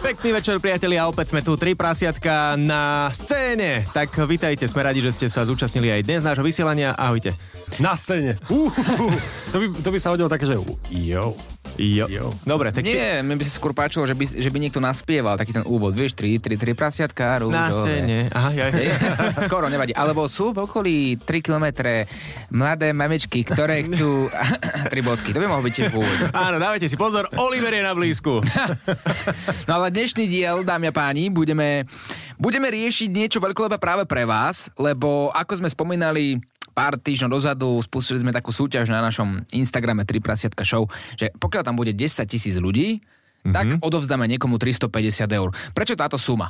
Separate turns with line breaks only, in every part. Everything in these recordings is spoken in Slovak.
Pekný večer, priatelia, opäť sme tu tri prasiatka na scéne. Tak vitajte, sme radi, že ste sa zúčastnili aj dnes nášho vysielania. Ahojte.
Na scéne. Uh, to, by, to by sa hodilo také, že jo.
Jo. jo. Dobre, tak...
Nie, mi by si skôr páčilo, že by, že by niekto naspieval taký ten úvod, vieš, tri, tri, tri prasiatka, rúžové.
Na scéne, aha, ja, ja.
Skoro, nevadí. Alebo sú v okolí 3 kilometre mladé mamičky, ktoré chcú... tri bodky, to by mohlo byť tiež úvod.
Áno, dávajte si pozor, Oliver je na blízku.
no ale dnešný diel, dámy a páni, budeme, budeme riešiť niečo veľkolepé práve pre vás, lebo ako sme spomínali pár týždňov dozadu, spustili sme takú súťaž na našom Instagrame 3 prasiatka show, že pokiaľ tam bude 10 tisíc ľudí, mm-hmm. tak
Mhm.
odovzdáme niekomu 350 eur. Prečo táto suma?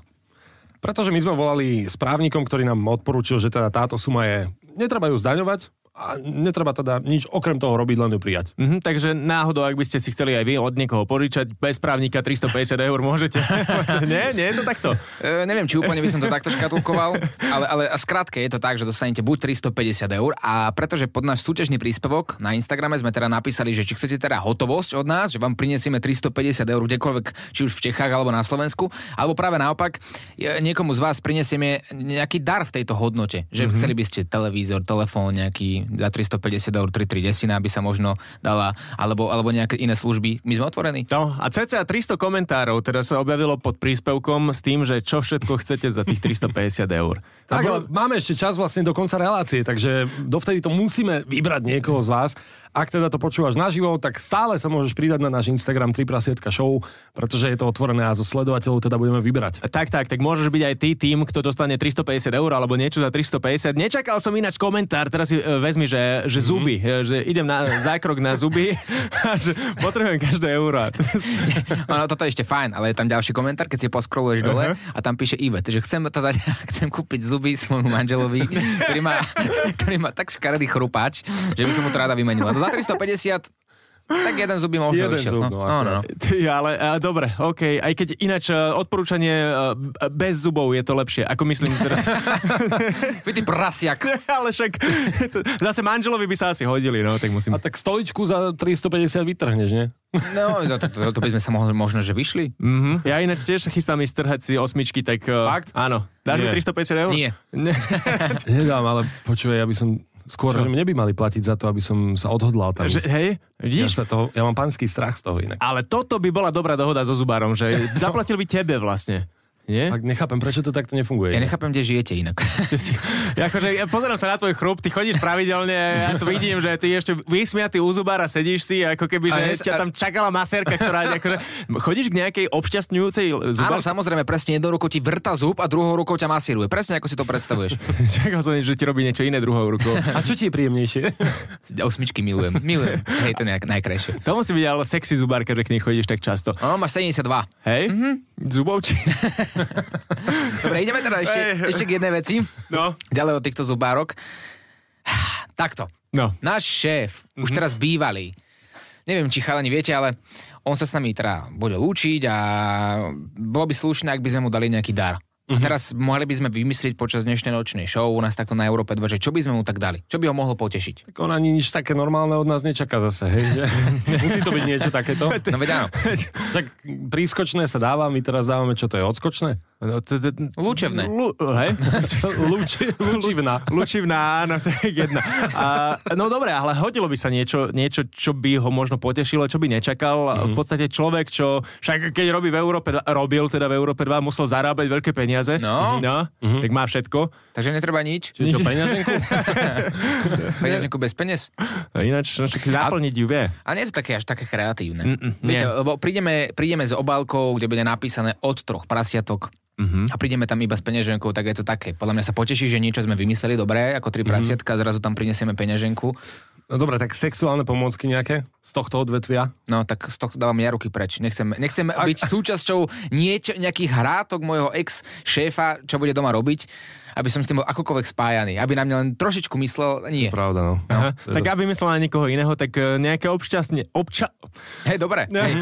Pretože my sme volali správnikom, ktorý nám odporúčil, že teda táto suma je... Netreba ju zdaňovať, a netreba teda nič okrem toho robiť, len ju prijať.
Mm-hmm, takže náhodou, ak by ste si chceli aj vy od niekoho poričať, bez právnika 350 eur môžete. nie, nie, je to takto.
E, neviem, či úplne by som to takto škatulkoval, ale, ale v skratke je to tak, že dostanete buď 350 eur a pretože pod náš súťažný príspevok na Instagrame sme teda napísali, že či chcete teda hotovosť od nás, že vám prinesieme 350 eur kdekoľvek, či už v Čechách alebo na Slovensku, alebo práve naopak, e, niekomu z vás prinesieme nejaký dar v tejto hodnote, že mm-hmm. chceli by ste televízor, telefón, nejaký za 350 eur 3,3 desina by sa možno dala, alebo, alebo nejaké iné služby. My sme otvorení.
No a cca 300 komentárov teda sa objavilo pod príspevkom s tým, že čo všetko chcete za tých 350 eur.
Tak, no. bol... máme ešte čas vlastne do konca relácie, takže dovtedy to musíme vybrať niekoho z vás. Ak teda to počúvaš naživo, tak stále sa môžeš pridať na náš Instagram 3 prasietka show, pretože je to otvorené a zo sledovateľov teda budeme vybrať.
Tak, tak, tak môžeš byť aj ty tým, kto dostane 350 eur alebo niečo za 350. Nečakal som ináč komentár, teraz si e, vezmi, že, že
Mhm.
mm-hmm. zuby, že idem na zákrok na zuby a že potrebujem každé euro.
no, toto je ešte fajn, ale je tam ďalší komentár, keď si poskroluješ dole uh-huh. a tam píše Ivet, že chcem, to dať, chcem kúpiť zuby svojmu manželovi, ktorý má, ktorý má tak škaredý chrupáč, že by som mu to rada vymenila za 350 tak jeden zub by možno
jeden išiel. Zub, no,
no, no, no. Ty, ale uh, dobre, OK. Aj keď ináč uh, odporúčanie uh, bez zubov je to lepšie, ako myslím teraz.
Vy ty prasiak.
ale však to, zase manželovi by sa asi hodili, no, tak musím.
A tak stoličku za 350 vytrhneš, nie?
No, to, to, to, to by sme sa mohli, možno, že vyšli.
Mm-hmm. Ja ináč tiež chystám ísť trhať si osmičky, tak... Uh,
Fakt?
Áno. Dáš mi 350 eur?
Nie.
Ne.
Nedám, ale počuj, ja by som Skôr, Čo? že mne by mali platiť za to, aby som sa odhodlal tam.
Že, hej,
Ja,
vidíš?
sa toho, ja mám panský strach z toho inak.
Ale toto by bola dobrá dohoda so zubárom, že zaplatil by tebe vlastne. Nie?
Tak nechápem, prečo to takto nefunguje.
Ja nechápem, kde žijete inak.
ja, akože, ja pozerám sa na tvoj chrup, ty chodíš pravidelne, ja tu vidím, že ty ešte vysmiatý u zubára sedíš si, ako keby, že a... ťa tam čakala masérka, ktorá... Akože, chodíš k nejakej obšťastňujúcej
Áno,
zubárke?
samozrejme, presne jednou rukou ti vrta zub a druhou rukou ťa masíruje. Presne ako si to predstavuješ.
Čakal som, že ti robí niečo iné druhou rukou.
a čo ti je príjemnejšie?
Osmičky milujem, milujem. Hej, to je nejak najkrajšie.
To musí byť ale sexy zubárka, že k nej chodíš tak často.
No, máš Mhm. 72.
Hej? Mm-hmm. Zubovči.
Dobre, ideme teda ešte, ešte k jednej veci.
No.
Ďalej od týchto zubárok. Takto.
No. Mhm.
Náš šéf, mm-hmm. už teraz bývalý, neviem, či chalani viete, ale on sa s nami teda bude lúčiť a bolo by slušné, ak by sme mu dali nejaký dar. Mm-hmm. A
Mhm.
teraz mohli by sme vymyslieť počas dnešnej nočnej show u nás takto na Európe 2, že čo by sme mu tak dali? Čo by ho mohlo potešiť?
Tak on ani nič také normálne od nás nečaká zase, hej? Že? Musí to byť niečo takéto.
No veď áno.
tak prískočné sa dáva, my teraz dávame, čo to je, odskočné?
No, to, to,
Lúčevné.
Lu, hej?
Lúči, lúčivná.
Lúčivná, áno, to je jedna. A, no dobre, ale hodilo by sa niečo, niečo, čo by ho možno potešilo, čo by
Mhm.
nečakal. Mm-hmm. V podstate človek, čo však keď robí v Európe, robil teda v Európe 2, musel zarábať veľké peniaze peniaze.
No.
no mm-hmm. Tak má všetko.
Takže netreba nič.
Čiže čo, peňaženku?
peňaženku bez peniaz?
No ináč, no, však naplniť ju vie.
A nie je to také až také kreatívne. Mm-mm, Viete, lebo prídeme, prídeme s obálkou, kde bude napísané od troch prasiatok
Mhm.
Uh-huh. A prídeme tam iba s peňaženkou, tak je to také. Podľa mňa sa poteší, že niečo sme vymysleli dobré, ako tri uh-huh. prasiatka, zrazu tam prinesieme peňaženku.
Mhm. No dobre, tak sexuálne pomôcky nejaké z tohto odvetvia?
No tak z tohto dávam ja ruky preč. Nechcem, nechcem byť súčasťou niečo, nejakých hrátok môjho ex-šéfa, čo bude doma robiť, aby som s tým bol akokoľvek spájaný. Aby na mňa len trošičku myslel, nie.
Pravda, no.
Aha,
To je
tak
dosť-
aby myslel na niekoho iného, tak e, nejaké občasne... Obča...
Hej, dobre. Mhm. Hej.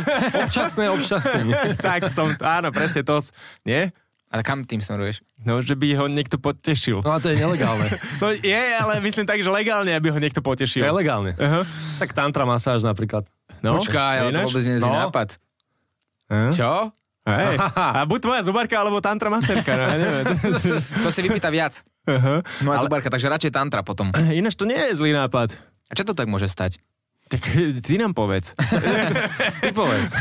Občasné občasťanie.
tak som... Áno, presne to... s- Nie?
Ale kam tým smeruješ?
No, že by ho niekto potešil.
No a to je nelegálne.
No je, ale myslím tak, že legálne, aby ho
To
niekto
je
potešil.
legálne.
Aha.
Tak tantra masáž napríklad.
No,
Počkaj, ale to
ináč?
vôbec nie je zlý
No.
nápad.
Aha.
Čo?
Hej. A buď tvoja zubarka, alebo tantra maserka, no, ja neviem.
To si vypýta viac.
Aha.
Moja ale... zubarka, takže radšej tantra potom.
Ináč to nie je zlý nápad.
A čo to tak môže stať?
Tak e, ty nám povedz.
Ty povedz.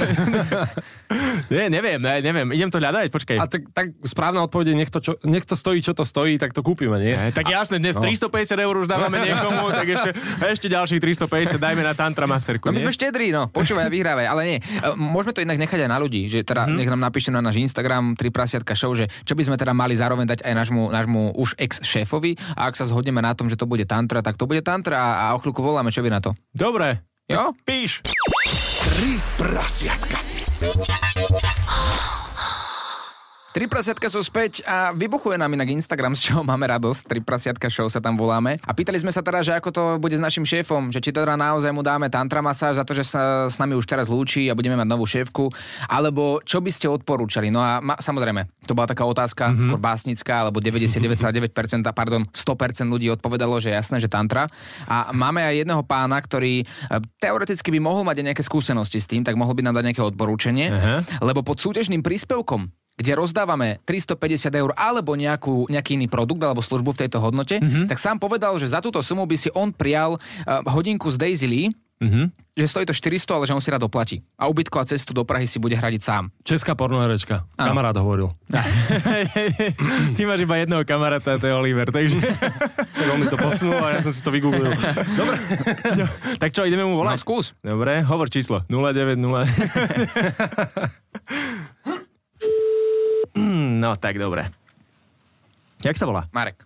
Nie, neviem, ne, neviem, idem to hľadať, počkaj.
A tak, tak správna odpoveď je, nech to, čo, nech to stojí, čo to stojí, tak to kúpime, nie? No.
E, tak jasne, dnes 350 eur už dávame niekomu, tak ešte, ešte ďalších 350 dajme na tantra maserku.
No my sme
nie?
štedrí, no. Počúvaj a vyhrávaj, ale nie. E, Môžeme to inak nechať aj na ľudí, že
Mhm.
teda nech nám napíšte na náš Instagram 3 prasiatka show, že čo by sme teda mali zároveň dať aj nášmu, nášmu už ex-šéfovi a ak sa zhodneme na tom, že to bude tantra, tak to bude tantra a, a o chvíľku voláme, čo vy na to.
Dobre,
Jo?
píš.
Tri prasiatka.
Tri prasiatka sú späť a vybuchuje nám inak Instagram, z čoho máme radosť. Tri prasiatka show sa tam voláme. A pýtali sme sa teda, že ako to bude s našim šéfom, že či teda naozaj mu dáme tantra masáž za to, že sa s nami už teraz lúči a budeme mať novú šéfku, alebo čo by ste odporúčali. No a ma, samozrejme, to bola taká otázka, mm-hmm. skôr básnická, alebo 99,9%, pardon, 100% ľudí odpovedalo, že jasné, že tantra. A máme aj jedného pána, ktorý eh, teoreticky by mohol mať aj nejaké skúsenosti s tým, tak mohol by nám dať nejaké odporúčanie,
Aha.
lebo pod súťažným príspevkom kde rozdávame 350 eur alebo nejakú, nejaký iný produkt alebo službu v tejto hodnote, mm-hmm. tak sám povedal, že za túto sumu by si on prijal uh, hodinku z Daisy Lee,
Mhm.
mm-hmm. že stojí to 400, ale že on si rád oplatí. A ubytko a cestu do Prahy si bude hradiť sám.
Česká pornoherečka. Kamarát hovoril.
Ty máš iba jedného kamaráta, to je Oliver, takže...
Tak on mi to posunul a ja som si to vygooglil.
No, tak čo, ideme mu
No
volať?
skús.
Dobre, hovor číslo 090. no tak dobre. Jak sa volá?
Marek.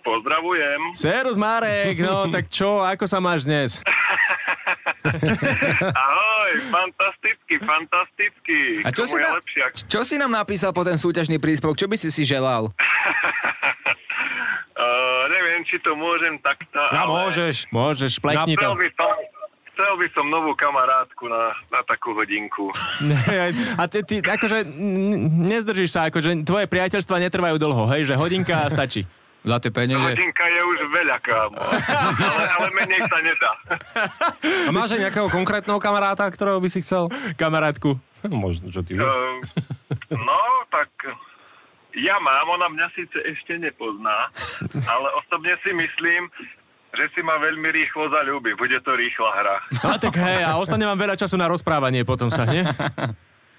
Pozdravujem.
Serus Marek, no tak čo, ako sa máš dnes?
Ahoj, fantasticky, fantasticky.
A čo
Komu
si,
je
na...
lepšie, ak...
čo si nám napísal po ten súťažný príspevok? Čo by si si želal?
uh, neviem, či to môžem takto,
A
ale
môžeš.
Môžeš, plekni
chcel
to.
by som... Chcel by som novú kamarátku na, na takú hodinku.
A ty, ty akože n- nezdržíš sa, akože tvoje priateľstva netrvajú dlho, hej, že hodinka a stačí.
Za tie peniaze.
Hodinka je už veľa, kámo. Ale, ale menej sa nedá.
A máš aj nejakého konkrétneho kamaráta, ktorého by si chcel?
Kamarátku.
Možno, čo ty vieš.
Uh, no, tak... Ja mám, ona mňa síce ešte nepozná, ale osobne si myslím, že si ma veľmi rýchlo zalúbi. Bude to rýchla hra.
No, A tak hej, a ostane vám veľa času na rozprávanie potom sa, nie?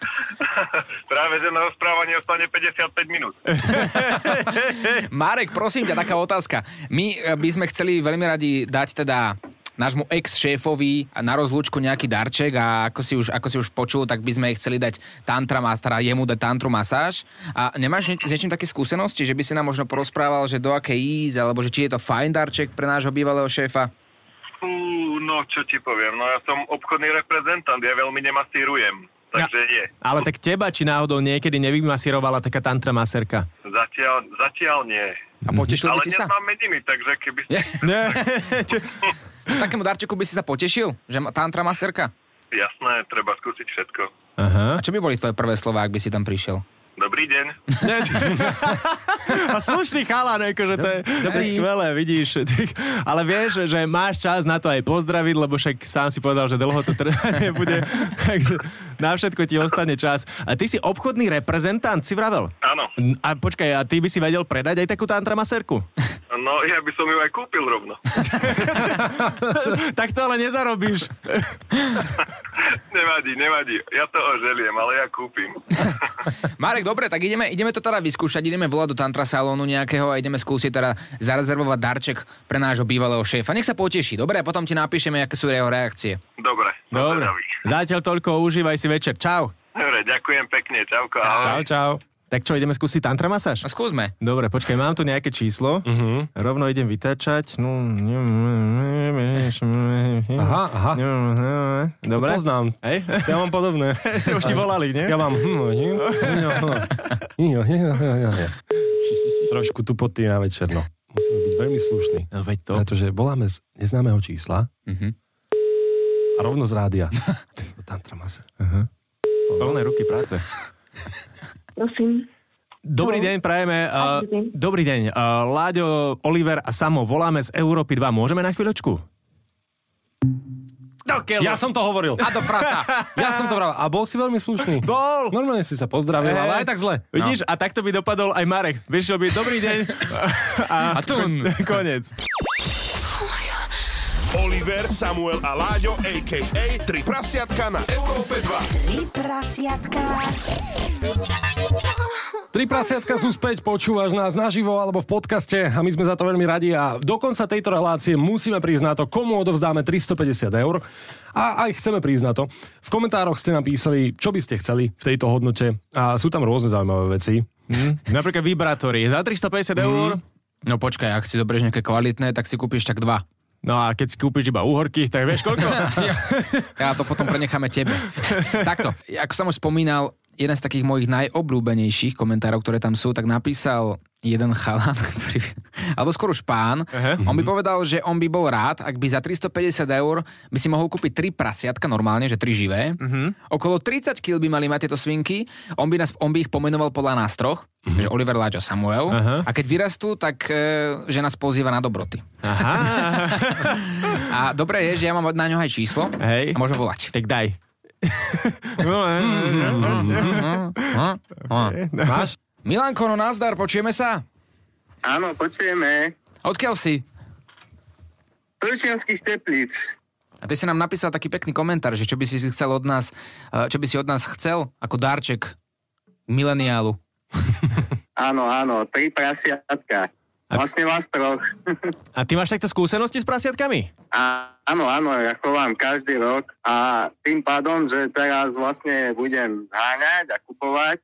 Práve, že na rozprávanie ostane 55 minút.
Marek, prosím ťa, taká otázka. My e, by sme chceli veľmi radi dať teda nášmu ex-šéfovi na rozlúčku nejaký darček a ako si, už, ako si už počul, tak by sme chceli dať tantra mastera, jemu dať tantru masáž. A nemáš nie, s niečím také skúsenosti, že by si nám možno porozprával, že do akej ísť, alebo že či je to fajn darček pre nášho bývalého šéfa?
Fú, no čo ti poviem, no ja som obchodný reprezentant, ja veľmi nemasírujem, takže nie.
Ale tak teba, či náhodou niekedy nevymasírovala taká tantra maserka?
Zatiaľ, zatiaľ nie.
A potešil by
Ale
si sa?
neznám medzi nimi, takže keby...
Je.
Nie, čo-
Takému darčeku by si sa potešil? Že ma- tantra maserka?
Jasné, treba skúsiť všetko.
Aha.
A čo by boli tvoje prvé slova, ak by si tam prišiel?
Dobrý deň.
Ne, čo- A slušný chalan, akože to je, to je skvelé, vidíš. Ty- Ale vieš, že máš čas na to aj pozdraviť, lebo však sám si povedal, že dlho to trvať nebude. Takže na všetko ti ostane čas. A ty si obchodný reprezentant, si vravel.
Áno,
N- A počkaj, a ty by si vedel predať aj takú tantra maserku?
no ja by som ju aj kúpil rovno.
tak to ale nezarobíš.
Nevadí, nevadí, ja to oželiem, ale ja kúpim.
Marek, dobre, tak ideme, ideme to teda vyskúšať, ideme volať do tantra salónu nejakého a ideme skúsiť teda zarezervovať darček pre nášho bývalého šéfa. Nech sa poteší, dobre, a potom ti napíšeme, aké sú jeho reakcie.
Dobre,
Dobre.
zdraví.
Zatiaľ toľko, užívaj si večer. Čau.
Dobre, ďakujem pekne, čauko, ahoj.
Čau, čau.
Tak čo, ideme skúsiť tantra masáž?
No skúsme.
Dobre, počkaj, mám tu nejaké číslo.
Mhm.
Uh-huh. Rovno idem vytáčať. No,
Aha, aha.
Dobre.
Poznám.
Hej?
Ja mám podobné.
Už ti volali, nie?
Ja mám... hm, Trošku tu potý na večer, no. Musíme byť veľmi slušný.
No veď to.
Pretože voláme z neznámeho čísla
Mhm.
a rovno z rádia. Do tantra masa.
Plné ruky práce.
Prosím.
Dobrý deň, prajeme. Uh,
Dobrý deň.
dobrý deň. Uh, Láďo, Oliver a Samo, voláme z Európy 2. Môžeme na chvíľočku? Do keľu.
Ja som to hovoril.
A do prasa.
Ja som to hovoril. A bol si veľmi slušný.
Bol!
Normálne si sa pozdravil,
Hej.
ale aj tak zle.
Eh, Vidíš, a takto by dopadol aj Marek. Vyšiel by, dobrý deň.
A tu.
Konec.
Oliver, Samuel a Láďo, a.k.a. Tri prasiatka na Európe 2.
Tri prasiatka.
No. Tri prasiatka sú späť, počúvaš nás naživo alebo v podcaste a my sme za to veľmi radi a do konca tejto relácie musíme prísť na to, komu odovzdáme 350 eur a aj chceme prísť na to. V komentároch ste napísali, čo by ste chceli v tejto hodnote a sú tam rôzne zaujímavé veci.
Hm? Napríklad vibrátory. Za 350 eur.
No počkaj, ak si zoberieš nejaké kvalitné, tak si kúpiš tak dva.
No a keď si kúpiš iba úhorky, tak vieš koľko?
Ja to potom prenecháme tebe. Takto, ako som už spomínal, jeden z takých mojich najobľúbenejších komentárov, ktoré tam sú, tak napísal jeden chalan, ktorý, alebo skôr už pán,
Aha. Mhm.
on by povedal, že on by bol rád, ak by za 350 eur by si mohol kúpiť tri prasiatka normálne, že tri živé. Okolo 30 kg by mali mať tieto svinky, on by, nás, on by ich pomenoval podľa nás troch, že Oliver, Láďo, Samuel.
Mhm. Aha.
A keď vyrastú, tak e, že nás pozýva na dobroty.
Aha.
A dobré je, že ja mám na ňo aj číslo
Hej.
a môžeme volať.
Tak daj. No, eh, e,
Máš?
Milanko, no nazdar, počujeme sa?
Áno, počujeme.
Odkiaľ si?
Prúčianských teplíc.
A ty si nám napísal taký pekný komentár, že čo by si si chcel od nás, eh, čo by si od nás chcel ako darček mileniálu.
Áno, áno, tri prasiatka. Vlastne vás troch.
A ty máš takto skúsenosti s prasiatkami?
A, áno, áno, ja chovám každý rok a tým pádom, že teraz vlastne budem zháňať a kupovať,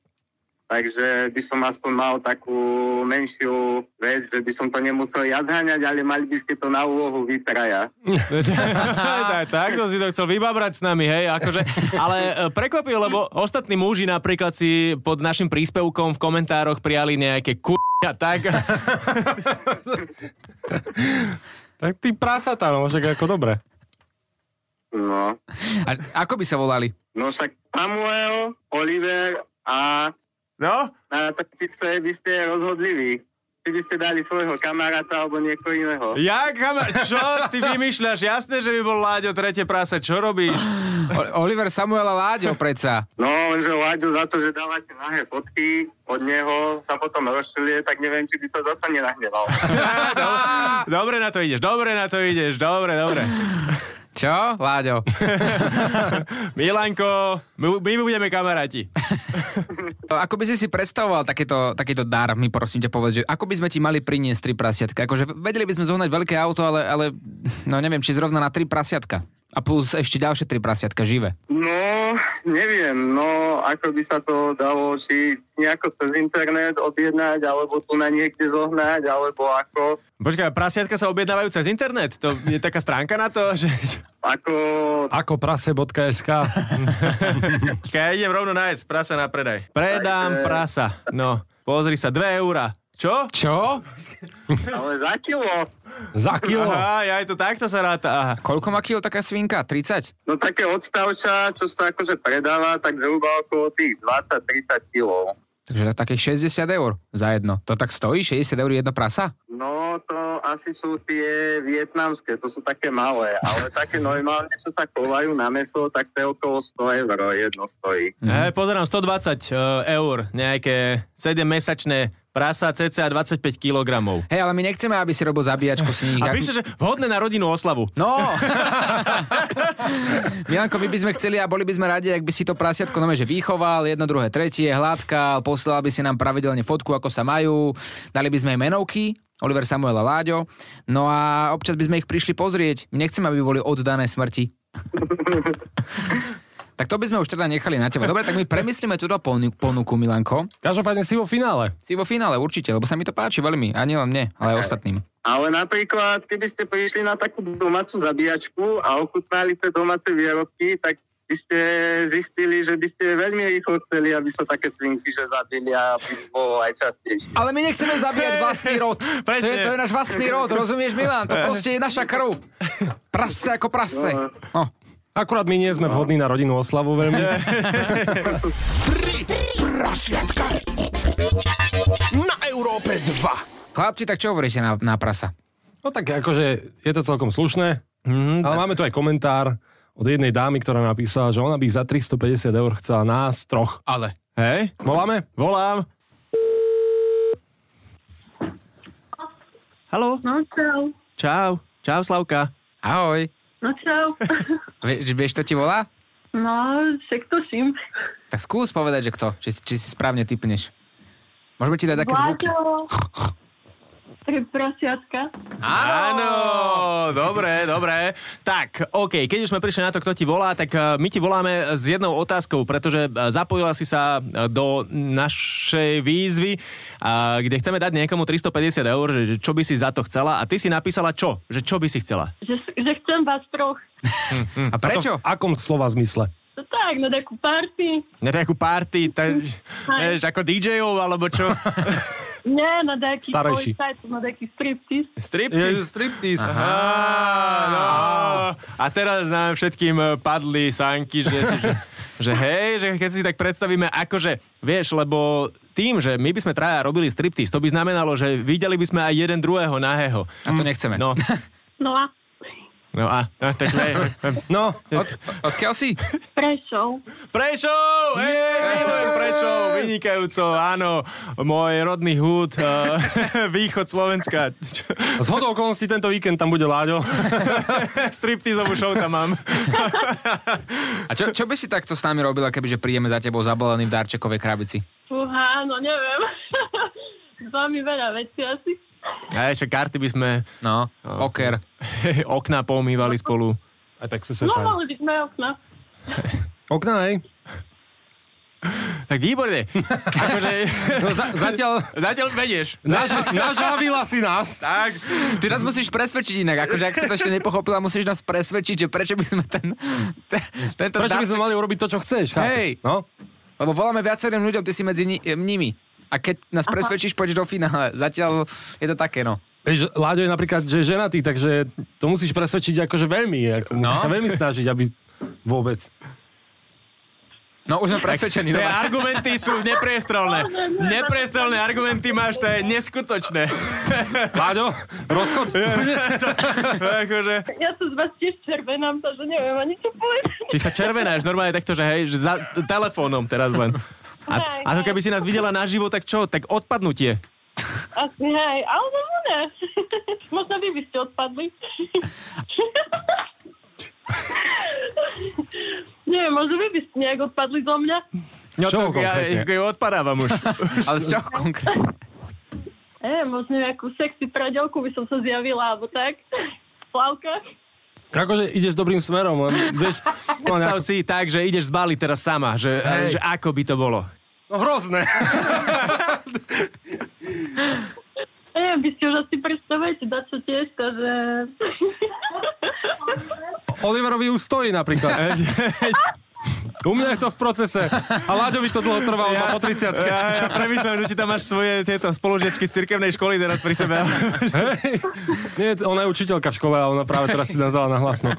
takže by som aspoň mal takú menšiu vec, že by som to nemusel ja zháňať, ale mali by ste to na úlohu vy traja.
tak, tak, to si to chcel vybabrať s nami, hej, akože, ale e, prekvapil, lebo ostatní muži napríklad si pod našim príspevkom v komentároch prijali nejaké ku... a tak.
Tak ty prasatá, no však ako dobre.
No.
A ako by sa volali?
No však Samuel, Oliver a
No,
na taktice by ste rozhodli vy. Či by ste dali svojho kamaráta alebo niekoho iného.
ja kamar... Čo ty vymýšľaš? Jasné, že by bol Láďo tretie prasa, čo robíš?
O- Oliver Samuel a Láďo predsa.
No, lenže Láďo za to, že dávate nahé fotky od neho, sa potom rozšľuje, tak neviem, či by sa zase nenahneval.
Dobre na to ideš, dobre na to ideš, dobre, dobre.
Čo? Láďo.
Milanko, my, my budeme kamaráti.
Ako by si si predstavoval takéto, takéto dar, mi prosím ťa povedz, že ako by sme ti mali priniesť tri prasiatka? Akože vedeli by sme zohnať veľké auto, ale, ale no neviem, či zrovna na tri prasiatka. A plus ešte ďalšie tri prasiatka živé.
No, neviem, no, ako by sa to dalo, či nejako cez internet objednať, alebo tu na niekde zohnať, alebo ako,
Počkaj, prasiatka sa objednávajú cez internet? To je taká stránka na to, že...
ako,
Ako prase.sk.
Počkaj, ja idem rovno nájsť prasa na predaj. Predám prasa. No, pozri sa, 2 eurá. Čo?
Čo?
ale za kilo.
Za kilo.
Aha, aj to takto sa ráta. Aha.
Koľko má kilo taká svinka? 30?
No také odstavča, čo sa akože predáva, tak zhruba okolo tých 20-30 kilov.
Takže takých 60 eur za jedno. To tak stojí? 60 eur jedno prasa?
No, to asi sú tie vietnamské, to sú také malé, ale také normálne, čo sa kovajú na meso, tak to je okolo 100 eur, jedno stojí.
Mhm.
Hej, pozerám, 120 eh, eur, nejaké 7-mesačné prasa, cca 25 kg.
Hej, ale my nechceme, aby si robil zabíjačku s nich.
A píše, že vhodné na rodinnú oslavu.
No! Milanko, my by sme chceli a boli by sme radi, ak by si to prasiatko nome, že vychoval, jedno, druhé, tretie, hladkal, poslal by si nám pravidelne fotku, ako sa majú, dali by sme im menovky, Oliver Samuel a Láďo. No a občas by sme ich prišli pozrieť. My nechceme, aby boli oddané smrti. Tak to by sme už teda nechali na teba. Dobre, tak my premyslíme túto ponu- ponuku, Milanko.
Každopádne si vo finále.
Si vo finále určite, lebo sa mi to páči veľmi. A nielen mne, ale aj ostatným.
Ale napríklad, keby ste prišli na takú domácu zabíjačku a ochutnali tie domáce výrobky, tak by ste zistili, že by ste veľmi rýchlo chceli, aby sa také svinky, že zabili a by bolo aj častejšie.
Ale my nechceme zabíjať vlastný rod. To je, to je náš vlastný rod, rozumieš Milan? To proste je naša krv. Prasce ako prasce. No.
Akurát my nie sme vhodní na rodinnú oslavu veľmi.
Tri prasiatka na Európe 2.
Chlapci, tak čo hovoríte na, na prasa?
No tak akože je to celkom slušné, mm, ale máme tu aj komentár od jednej dámy, ktorá napísala, že ona by za 350 eur chcela nás troch.
Ale.
Hej,
Voláme?
volám. Halo,
No čau.
čau. Čau, Slavka.
Ahoj.
No čau.
Vie, vieš, to ti volá?
No, však to šim.
Tak skús povedať, že kto. Či, či si správne typneš. Môžeme ti dať také zvuky.
Vláďo. Tri prasiatka.
Áno, dobre, dobre. Tak, OK, keď už sme prišli na to, kto ti volá, tak eh, my ti voláme s jednou otázkou, pretože eh, zapojila si sa eh, do našej výzvy, a kde chceme dať niekomu 350 eur, že že čo by si za to chcela a ty si napísala čo? Že čo by si chcela?
Že, že chcem vás troch.
A prečo?
V akom slova zmysle?
No tak, na takú party.
Na takú party, tak, vieš, ako DJ-ov, alebo čo?
Nie, na taký
Starejší.
policajt, na taký striptease.
Striptease. Striptease. Aha, no. A teraz nám všetkým eh, padli sánky, že, že, že hej, že keď si tak predstavíme, akože, vieš, lebo tým, že my by sme traja robili striptease, to by znamenalo, že videli by sme aj jeden druhého nahého.
A to nechceme.
No,
No a
no a, no, tak hej.
No,
Od, odkiaľ si?
prešol.
Prešov! Hej, milujem Prešov, vynikajúco, áno. Môj rodný húd, eh, východ Slovenska. Čo-
z hodou okolností tento víkend tam bude Láďo.
Stripteaseovú show tam mám.
A čo, čo by si takto s nami robila, kebyže prídeme za tebou zabalený v darčekovej krabici?
Fúha, no neviem. S vami veľa vecí asi.
Aj, čo karty by sme
No, poker.
okná pomývali spolu.
Aj tak si sa
No,
fajn.
mali by sme okna.
Okna, hej?
Tak výborne. Akože,
No, za, zatiaľ
zatiaľ vedieš.
naža, nažávila si nás.
Tak.
Ty nás musíš presvedčiť inak, akože ak si to ešte nepochopila, musíš nás presvedčiť, že prečo by sme ten, te- tento
Prečo by
darček...
sme mali urobiť to, čo chceš? chápeš?
Hej.
No?
Lebo voláme viacerým ľuďom, ty si medzi ni- e, nimi. A keď nás presvedčíš, poď do finále. Zatiaľ je to také, no.
Vieš, Láďo je napríklad že je ženatý, takže to musíš presvedčiť akože veľmi. Ako, musíš sa veľmi snažiť, aby vôbec.
No už sme presvedčení.
Tie
dobre.
argumenty sú nepriestrelné. Nepriestrelné argumenty máš, to je neskutočné.
Láďo, rozchod.
akože,
Ja sa z vás tiež červenám, takže neviem ani čo povedať.
ty sa červenáš normálne takto, že hej, že za telefónom teraz len. A, a to keby si nás videla naživo, tak čo? Tak odpadnutie.
Asi hej, ale možno ne. Možno vy by ste odpadli. Nie, možno vy by ste nejak odpadli zo mňa.
No,
Čo
to, ja,
konkrétne?
ja odpadávam už.
Ale z čoho konkrétne?
E, možno nejakú sexy pradelku by som sa zjavila, alebo tak. Plavka.
Akože ideš dobrým smerom, len vieš... to má
Predstav
nejako-
si tak, že ideš zbaliť teraz sama, že, že ako by to bolo.
No hrozné.
E, vy ste už asi predstavujete dačo tiež, takže...
Oliverovi už stojí napríklad. U mňa je to v procese. A Láďovi to dlho trvalo, ja, po 30 ja.
Ja, ja premýšľam, že či tam máš svoje tieto spolužiačky z cirkevnej školy teraz pri sebe.
Nie, ona je učiteľka v škole, ale ona práve teraz si nazvala na hlasno.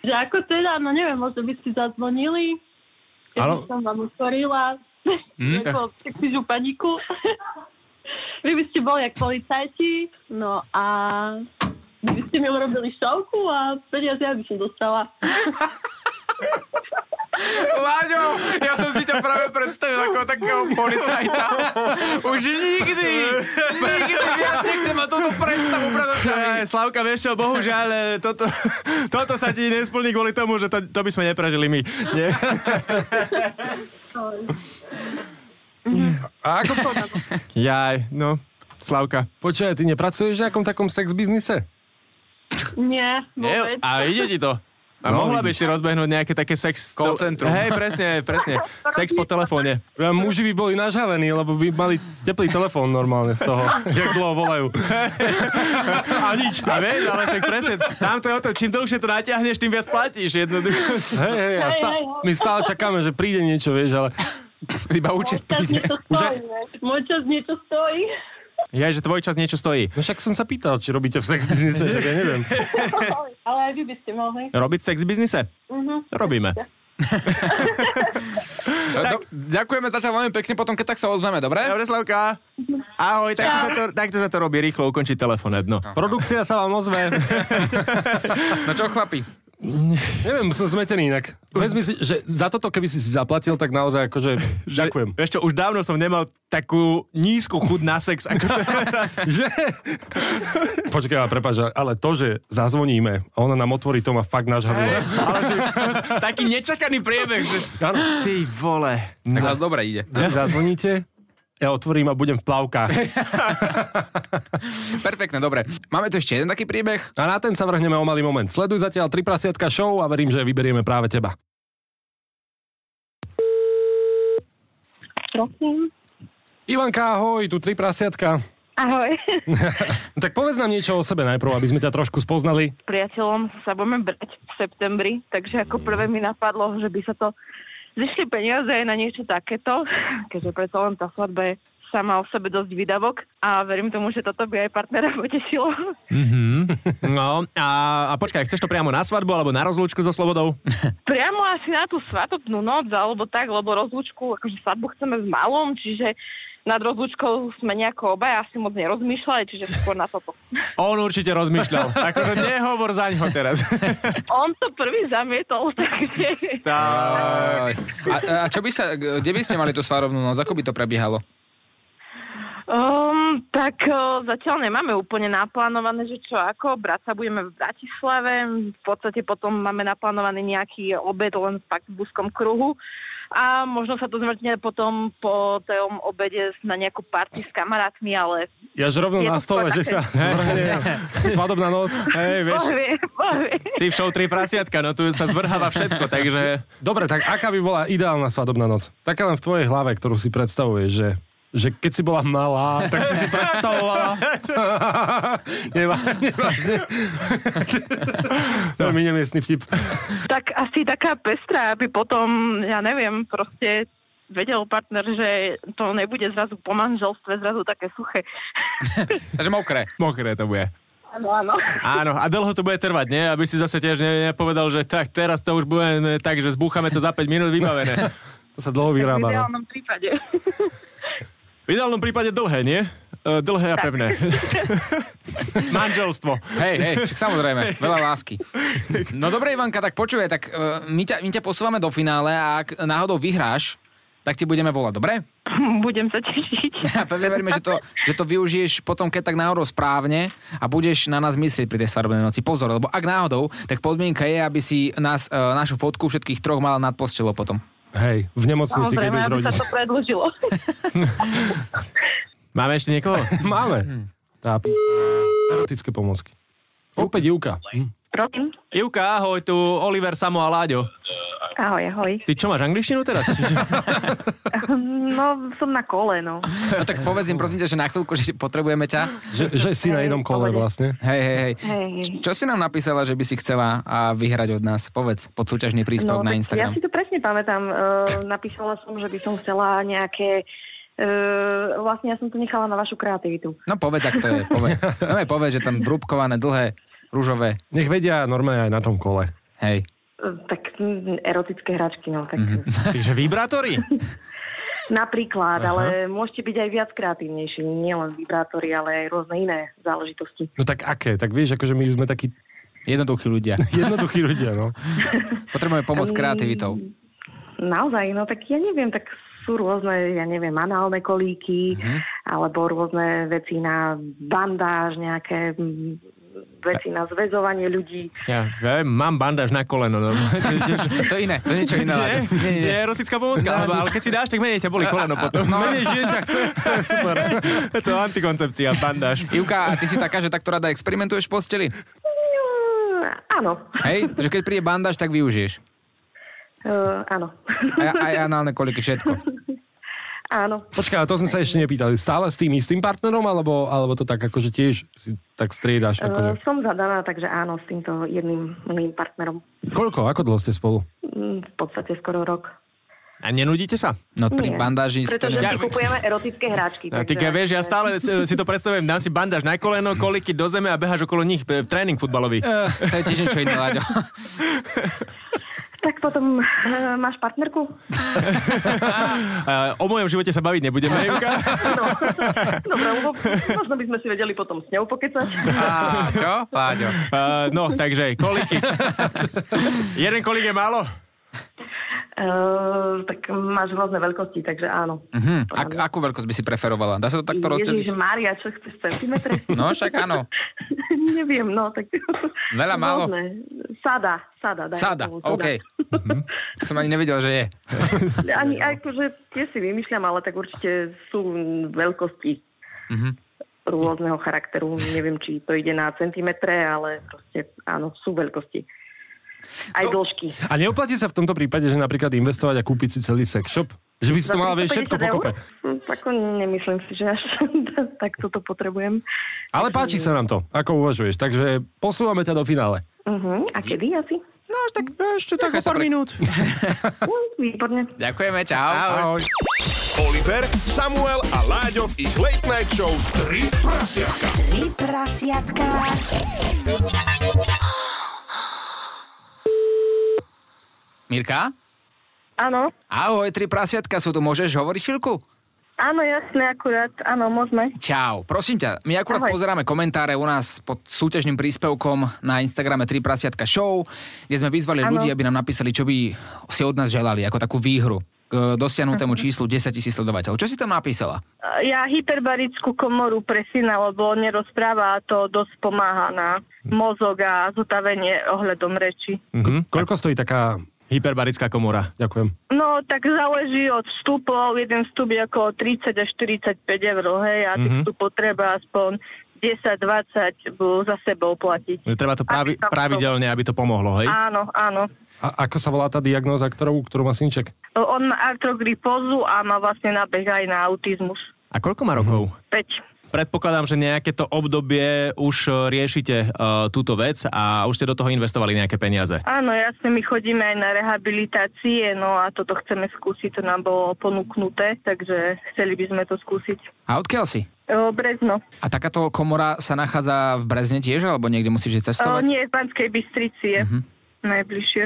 Že ako teda, no neviem, možno by ste zazvonili. Keď
Áno.
by som vám otvorila. Mm. Takú paniku. Vy by ste boli jak policajti, no a vy by ste mi urobili šovku a peniaze ja by som dostala.
Láďo, ja som si ťa práve predstavil ako takého policajta. Už nikdy, nikdy viac nechcem mať túto predstavu pred očami.
Aj, Slavka, vieš čo, bohužiaľ, e, toto, toto sa ti nesplní kvôli tomu, že to, to by sme neprežili my. Nie?
A ako to...
Jaj, no, Slavka.
Počúaj, ty nepracuješ v nejakom takom sex biznise?
Nie, vôbec.
Nie, a ide ti to. A no, mohla by si rozbehnúť nejaké také sex...
Call centrum.
Hej, presne, presne. Sex po telefóne.
Priam muži by boli nažavení, lebo by mali teplý telefón normálne z toho, jak dlho volajú.
A nič. A vieš, ale však presne, tam to je o to, čím dlhšie to natiahneš, tým viac platíš jednoducho.
Hej, hej, a stá-
Hej, hej, hej.
my stále čakáme, že príde niečo, vieš, ale
Iba
Môj
účet
čas
príde.
niečo stojí, vieš. Môj čas niečo stojí.
Ja, že tvoj čas niečo stojí.
no však som sa pýtal, či robíte v sex biznise, tak ja neviem.
Ale aj vy by ste mohli.
Robiť sex v biznise?
Mhm.
Robíme.
Do, ďakujeme zatiaľ veľmi pekne, potom keď tak sa ozveme, dobre?
Dobre, Slavka. Ahoj, takto sa, to, takto sa to robí. Rýchlo ukončiť telefónne dno.
Produkcia sa vám ozve.
No čo chlapi? Hm.
Neviem, som zmetený inak. Vezmi si, že za toto, keby si si zaplatil, tak naozaj akože ďakujem.
Vieš čo, už dávno som nemal takú nízku chuť na sex, ako teraz.
Že? Počkaj, ale prepáč, ale to, že zazvoníme a ona nám otvorí, to ma fakt nažhavilo.
Ale že taký nečakaný priebeh. Že...
Áno.
Ty vole. No.
Tak ale dobre ide.
Vy zazvoníte, ja otvorím a budem v plavkách.
Perfektne, dobre. Máme tu ešte jeden taký príbeh.
A na ten sa vrhneme o malý moment. Sleduj zatiaľ 3 prasiatka show a verím, že vyberieme práve teba.
Prosím.
Ivanka, ahoj, tu 3 prasiatka.
Ahoj.
No Tak povedz nám niečo o sebe najprv, aby sme ťa trošku spoznali.
S priateľom sa budeme brať v septembri, takže ako prvé mi napadlo, že by sa to zišli peniaze aj na niečo takéto, keďže predsa len tá svadba je sama o sebe dosť vydavok a verím tomu, že toto by aj partnera potešilo.
No a, a počkaj, chceš to priamo na svadbu alebo na rozlúčku so Slobodou?
Priamo asi na tú svadobnú noc alebo tak, lebo rozlúčku, akože svadbu chceme v malom, čiže nad rozlúčkou sme nejako obaja asi moc nerozmýšľali, čiže skôr na toto.
On určite rozmýšľal. Akože nehovor za ňo teraz.
On to prvý zamietol, takže...
Tá...
Aj. A, a čo by sa, kde by ste mali tú svarovnú noc? Ako by to prebiehalo?
Um, tak uh, zatiaľ nemáme úplne naplánované, že čo ako. Brať sa budeme v Bratislave. V podstate potom máme naplánovaný nejaký obed len tak v úzkom kruhu. A možno sa to zmrtne potom po tom obede na nejakú party s kamarátmi, ale
Ja až rovno
Je
na
to
stole,
skôr
že sa zvrhne svadobná noc.
Hej, vieš,
Boh vie, boh vie.
si v show 3 prasiatka, no tu sa zvrháva všetko, takže...
Dobre, tak aká by bola ideálna svadobná noc? Taká len v tvojej hlave, ktorú si predstavuješ, že že keď si bola malá, tak si si predstavovala. Nemá, nevážne.
No.
Veľmi nemiestný vtip.
Tak asi taká pestrá, aby potom, ja neviem, proste vedel partner, že to nebude zrazu po manželstve, zrazu také suché.
Takže mokré.
Mokré to bude.
Áno, áno.
Áno, a dlho to bude trvať, nie? Aby si zase tiež ne- nepovedal, že tak teraz to už bude tak, že zbúchame to za 5 minút vybavené.
To sa dlho
V
vyrába. no.
ideálnom prípade.
V ideálnom prípade dlhé, nie? E, dlhé a pevné. Manželstvo.
Hej, hej, však samozrejme, veľa lásky. No dobre, Ivanka, tak počuje, tak uh, my, ťa, my ťa posúvame do finále a ak náhodou vyhráš, tak ti budeme volať, dobre?
Budem sa tešiť.
A pevne veríme, že to, že to využiješ potom, keď tak náhodou správne a budeš na nás myslieť pri tej svadobnej noci. Pozor, lebo ak náhodou, tak podmienka je, aby si nás, uh, našu fotku všetkých troch mala nad postelou potom.
Hej, v nemocnici, keď
Samozrejme,
budeš
aby sa
rodiť.
to predlžilo.
Máme ešte niekoho? Hm.
Máme. Tá p- erotické pomocky. Opäť Júka. Hm.
Prosím.
Ivka, ahoj, tu Oliver, Samo a Láďo.
Ahoj, ahoj.
Ty čo, máš angličtinu teraz?
No, som na kole, no.
No tak povedz im, prosím ťa, že na chvíľku, že potrebujeme ťa.
Že, že si na jednom kole vlastne.
Hej, hej, hej.
Hej.
Čo si nám napísala, že by si chcela a vyhrať od nás? Povedz, pod súťažný príspevok
no,
na
tak Ja
Instagram.
si to presne pamätám. E, napísala som, že by som chcela nejaké... E, vlastne ja som to nechala na vašu kreativitu. E,
No povedz, ak to je, povedz. No aj povedz, že tam vrúbkované, dlhé, rúžové,
Nech vedia normálne aj na tom kole.
hej.
E, tak mm, erotické hračky, no. Tak,
Mhm.
Hm. Takže vibrátory?
Napríklad, ale môžete byť aj viac kreatívnejší. Nielen vibrátory, ale aj rôzne iné záležitosti.
No tak aké? Tak vieš, akože my sme takí
Jednoduchí ľudia.
jednoduchí ľudia, no.
Potrebujeme pomoc s kreativitou.
Naozaj, no tak ja neviem, tak sú rôzne, ja neviem, análne kolíky,
Mhm.
mm-hmm. alebo rôzne veci na bandáž, nejaké mm, veci na zväzovanie ľudí.
Ja, ja mám bandáž na koleno. No.
To iné, to niečo iné.
Nie,
Láďo.
nie, nie. erotická pomôcka, ale, ale keď si dáš, tak menej ťa boli koleno potom.
Menej žien ťa chce. To je super.
to je antikoncepcia, bandáž.
Ivka, a ty si taká, že takto rada experimentuješ v posteli?
Mm,
áno,
Hej? Takže keď príde bandáž, tak využiješ.
uh, áno.
Aj, aj análne koliky, všetko.
áno.
Počkaj, a to sme sa ešte nepýtali. Stále s tým istým partnerom, alebo, alebo to tak akože tiež si tak striedaš?
Uh,
Akože.
som zadaná, takže áno, s týmto jedným mým partnerom.
Koľko? Ako dlho ste spolu?
Mm, V podstate skoro rok.
A nenudíte sa?
No pri bandáži ste
Pretože si kupujeme erotické hráčky.
A ty, keď vieš, ja stále si si to predstavujem, dám si bandáž na koleno, koliky do zeme a beháš okolo nich, e, tréning futbalový.
Eh, to je tiež niečo iné, Láďo.
Tak potom uh, máš partnerku?
A E, o mojom živote sa baviť nebudeme, Ivka.
No. Dobre, lebo možno by sme si vedeli potom s ňou pokecať. Eh,
Á, čo? Láďo.
Uh, no, takže koliky. Jeden kolik je málo?
Uh, tak máš rôzne veľkosti, takže áno.
Hm, ak, akú veľkosť by si preferovala? Dá sa to takto
Ježiš,
rozdeliť?
Mária, čo chceš centimetre?
No, však áno.
Neviem, no tak...
Veľa, málo?
Rôzne. Sada, sada. daj
Sada,
tomu,
OK. Mhm. To som ani nevedel, že je.
Ani akože tie si vymýšľam, ale tak určite sú veľkosti
Mhm.
rôzneho charakteru. Neviem, či to ide na centimetre, ale proste áno, sú veľkosti. Aj
No.
dĺžky.
A neoplatí sa v tomto prípade, že napríklad investovať a kúpiť si celý sex shop? Že by si to mala vieš všetko
350 eur?
pokope.
Hm, Tak nemyslím si, že až tak toto potrebujem.
Ale páči sa nám to, ako uvažuješ. Takže posúvame ťa do finále.
Uh-huh. A kedy asi?
No, už tak...
Ešte tak
Nechaj
o
sa
pár
pre-
minút.
Hm, Výborne.
Ďakujeme, čau.
Ahoj.
Oliver, Samuel a Láďo v ich Late Night Show 3 prasiatka.
Tri prasiatka.
Mirka?
Áno,
Ahoj, tri prasiatka sú tu, môžeš hovoriť chvíľku?
áno, jasne, akurát, áno, môžeme.
Čau, prosím ťa, my akurát
Ahoj.
pozeráme komentáre u nás pod súťažným príspevkom na Instagrame 3 prasiatka show, kde sme vyzvali
Áno.
ľudí, aby nám napísali, čo by si od nás želali, ako takú výhru k dosiahnutému číslu 10 tisíc sledovateľov. Čo si tam napísala?
Ja hyperbarickú komoru pre syna, lebo nerozpráva a to dosť pomáha na mozog a zotavenie ohľadom reči.
Mhm. Koľko stojí taká...
Hyperbarická komora.
Ďakujem.
No, tak záleží od vstupov. Jeden vstup je okolo 30 až 45 eur, hej, a tých vstupov treba aspoň 10-20 bu- za sebou platiť.
Že treba to pravi,
Aby tam to-
pravidelne, aby to pomohlo, hej?
Áno, áno.
A ako sa volá tá diagnóza, ktorú, ktorú má synček?
On má artrogrypózu a má vlastne nabeh aj na autizmus.
A koľko má rokov?
Mhm.
5.
Predpokladám, že nejaké to obdobie už e, riešite uh, túto vec a už ste do toho investovali nejaké peniaze.
Áno, jasne, my chodíme aj na rehabilitácie, no a toto chceme skúsiť, to nám bolo ponúknuté, takže chceli by sme to skúsiť.
A odkiaľ si?
O, Brezno.
A takáto komora sa nachádza v Brezne tiež, alebo niekde musíš ísť
O,
cestovať?
nie, v Banskej Bystrici je najbližšie.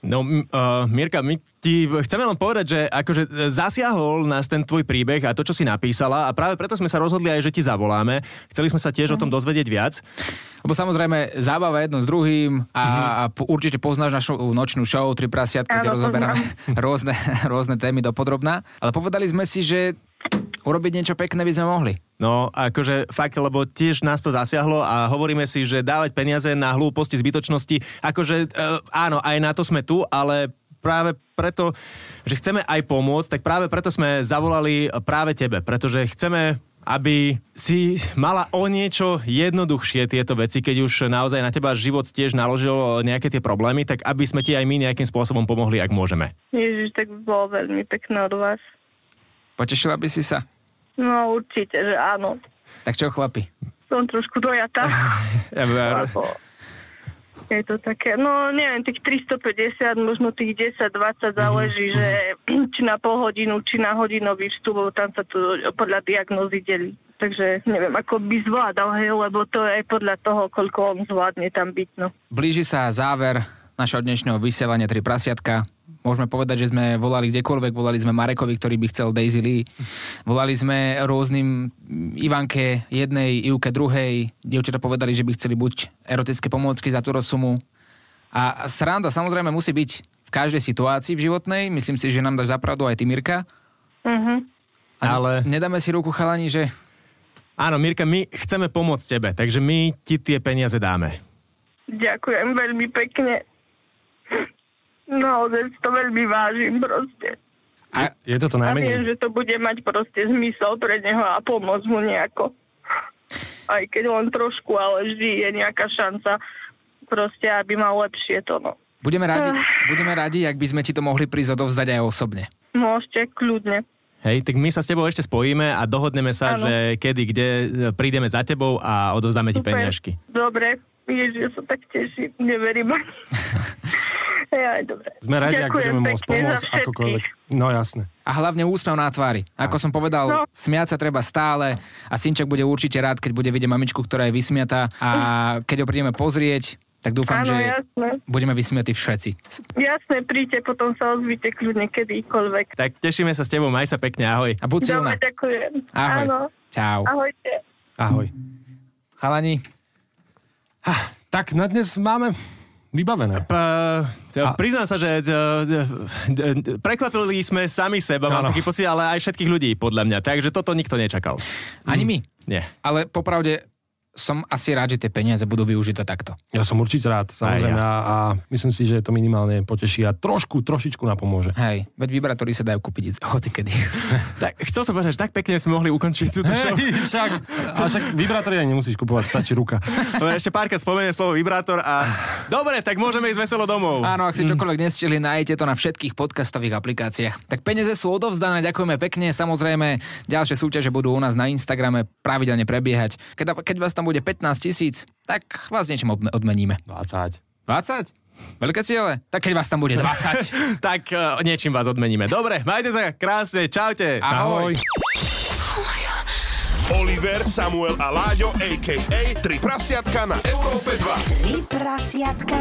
No, uh, Mirka, my ti chceme len povedať, že akože e, zasiahol nás ten tvoj príbeh a to, čo si napísala a práve preto sme sa rozhodli aj, že ti zavoláme. Chceli sme sa tiež o tom dozvedieť viac.
Mhm.
Mhm.
Lebo samozrejme, zábava jedno s druhým a, a po, určite poznáš našu nočnú show Tri prasiatka, kde
Áno,
rozoberáme rôzne, rôzne témy dopodrobná. Ale povedali sme si, že urobiť niečo pekné by sme mohli.
No, akože fakt, lebo tiež nás to zasiahlo a hovoríme si, že dávať peniaze na hlúposti, zbytočnosti, akože e, áno, aj na to sme tu, ale práve preto, že chceme aj pomôcť, tak práve preto sme zavolali práve tebe, pretože chceme aby si mala o niečo jednoduchšie tieto veci, keď už naozaj na teba život tiež naložil nejaké tie problémy, tak aby sme ti aj my nejakým spôsobom pomohli, ak môžeme.
Ježiš, tak bolo veľmi pekné od vás.
Potešila by si sa?
No určite, že áno.
Tak čo, chlapi?
Som trošku dojatá. Lebo je to také, no neviem, tých 350, možno tých 10-20 záleží, že či na pol hodinu, či na hodinový vstup, lebo tam sa to podľa diagnózy delí. Takže neviem, ako by zvládal, hej, lebo to je aj podľa toho, koľko on zvládne tam byť, no.
Blíži sa záver našho dnešného vysielania Tri prasiatka. Môžeme povedať, že sme volali kdekoľvek. Volali sme Marekovi, ktorý by chcel Daisy Lee. Volali sme rôznym Ivanke jednej, Ivke druhej. Dievčatá povedali, že by chceli buď erotické pomôcky za tú sumu. A sranda samozrejme musí byť v každej situácii v životnej. Myslím si, že nám dáš zapravdu aj ty, Mirka.
Mhm.
A ne-
Ale-
Nedáme si ruku chalani, že...
Áno, Mirka, my chceme pomôcť tebe, takže my ti tie peniaze dáme.
Ďakujem veľmi pekne. Naozaj si to veľmi vážim proste.
A,
Je to to
A viem,
najmenej.
že to bude mať proste zmysel pre neho a pomôcť mu nejako. Aj keď len trošku, ale vždy je nejaká šanca proste, aby mal lepšie to, no.
Budeme radi, budeme radi, ak by sme ti to mohli prísť odovzdať aj osobne.
Môžete, kľudne.
Hej, tak my sa s tebou ešte spojíme a dohodneme sa,
Áno.
že kedy, kde e, prídeme za tebou a odovzdáme ti peniažky.
Dobre, Ježiš, ja sa tak teším, neverím. ja, dobre.
Sme radi, ak
Ďakujem
budeme môcť
pekne za
pomôcť
všetkých.
akokoľvek. No jasne.
A hlavne úsmev na tvári. Ako som povedal,
No.
smiať sa treba stále a synček bude určite rád, keď bude vidieť mamičku, ktorá je vysmiatá a keď ho prídeme pozrieť, tak dúfam,
Áno,
že
jasné.
budeme vysmiatí všetci.
Jasné, príďte, potom sa ozvite kľudne kedykoľvek.
Tak tešíme sa s tebou, maj sa pekne, ahoj.
A buď silná.
Dobre, ďakujem.
Ahoj.
Áno.
Čau.
Ahojte.
Ahoj.
Chalani,
Tak na dnes máme vybavené.
Uh,
A-
priznám sa, že e, e, e, prekvapili sme sami seba, mám
Áno.
taký pocit, ale aj všetkých ľudí, podľa mňa. Takže toto nikto nečakal.
Mm.
ani my.
Nie.
Ale popravde som asi rád, že tie peniaze budú využité takto.
Ja som určite rád, samozrejme, a, a
Aj
myslím si, že to minimálne poteší a trošku, trošičku napomôže.
Hej, veď vibrátory sa dajú kúpiť hocikedy.
Tak, chcel som povedať, že tak pekne sme mohli ukončiť túto show.
však, a však vibrátory ani nemusíš kupovať, stačí ruka.
Dobre, Ešte párkrát spomeniem slovo vibrátor a... Dobre, tak môžeme ísť veselo domov. Hm.
Áno, ak si čokoľvek nestihli, nájdete to na všetkých podcastových aplikáciách. Tak peniaze sú odovzdané, ďakujeme pekne. Samozrejme, ďalšie súťaže budú u nás na Instagrame pravidelne prebiehať. Keď, keď vás tam bude 15 tisíc, tak vás niečím odme- odmeníme.
20.
20? Veľké ciele? Tak keď vás tam bude 20.
Tak e, niečím vás odmeníme. Dobre, majte sa krásne, čaute.
Ahoj.
Ahoj.
Oliver, Samuel a Láďo, a.k.a. Tri prasiatka na Európe 2.
Tri prasiatka.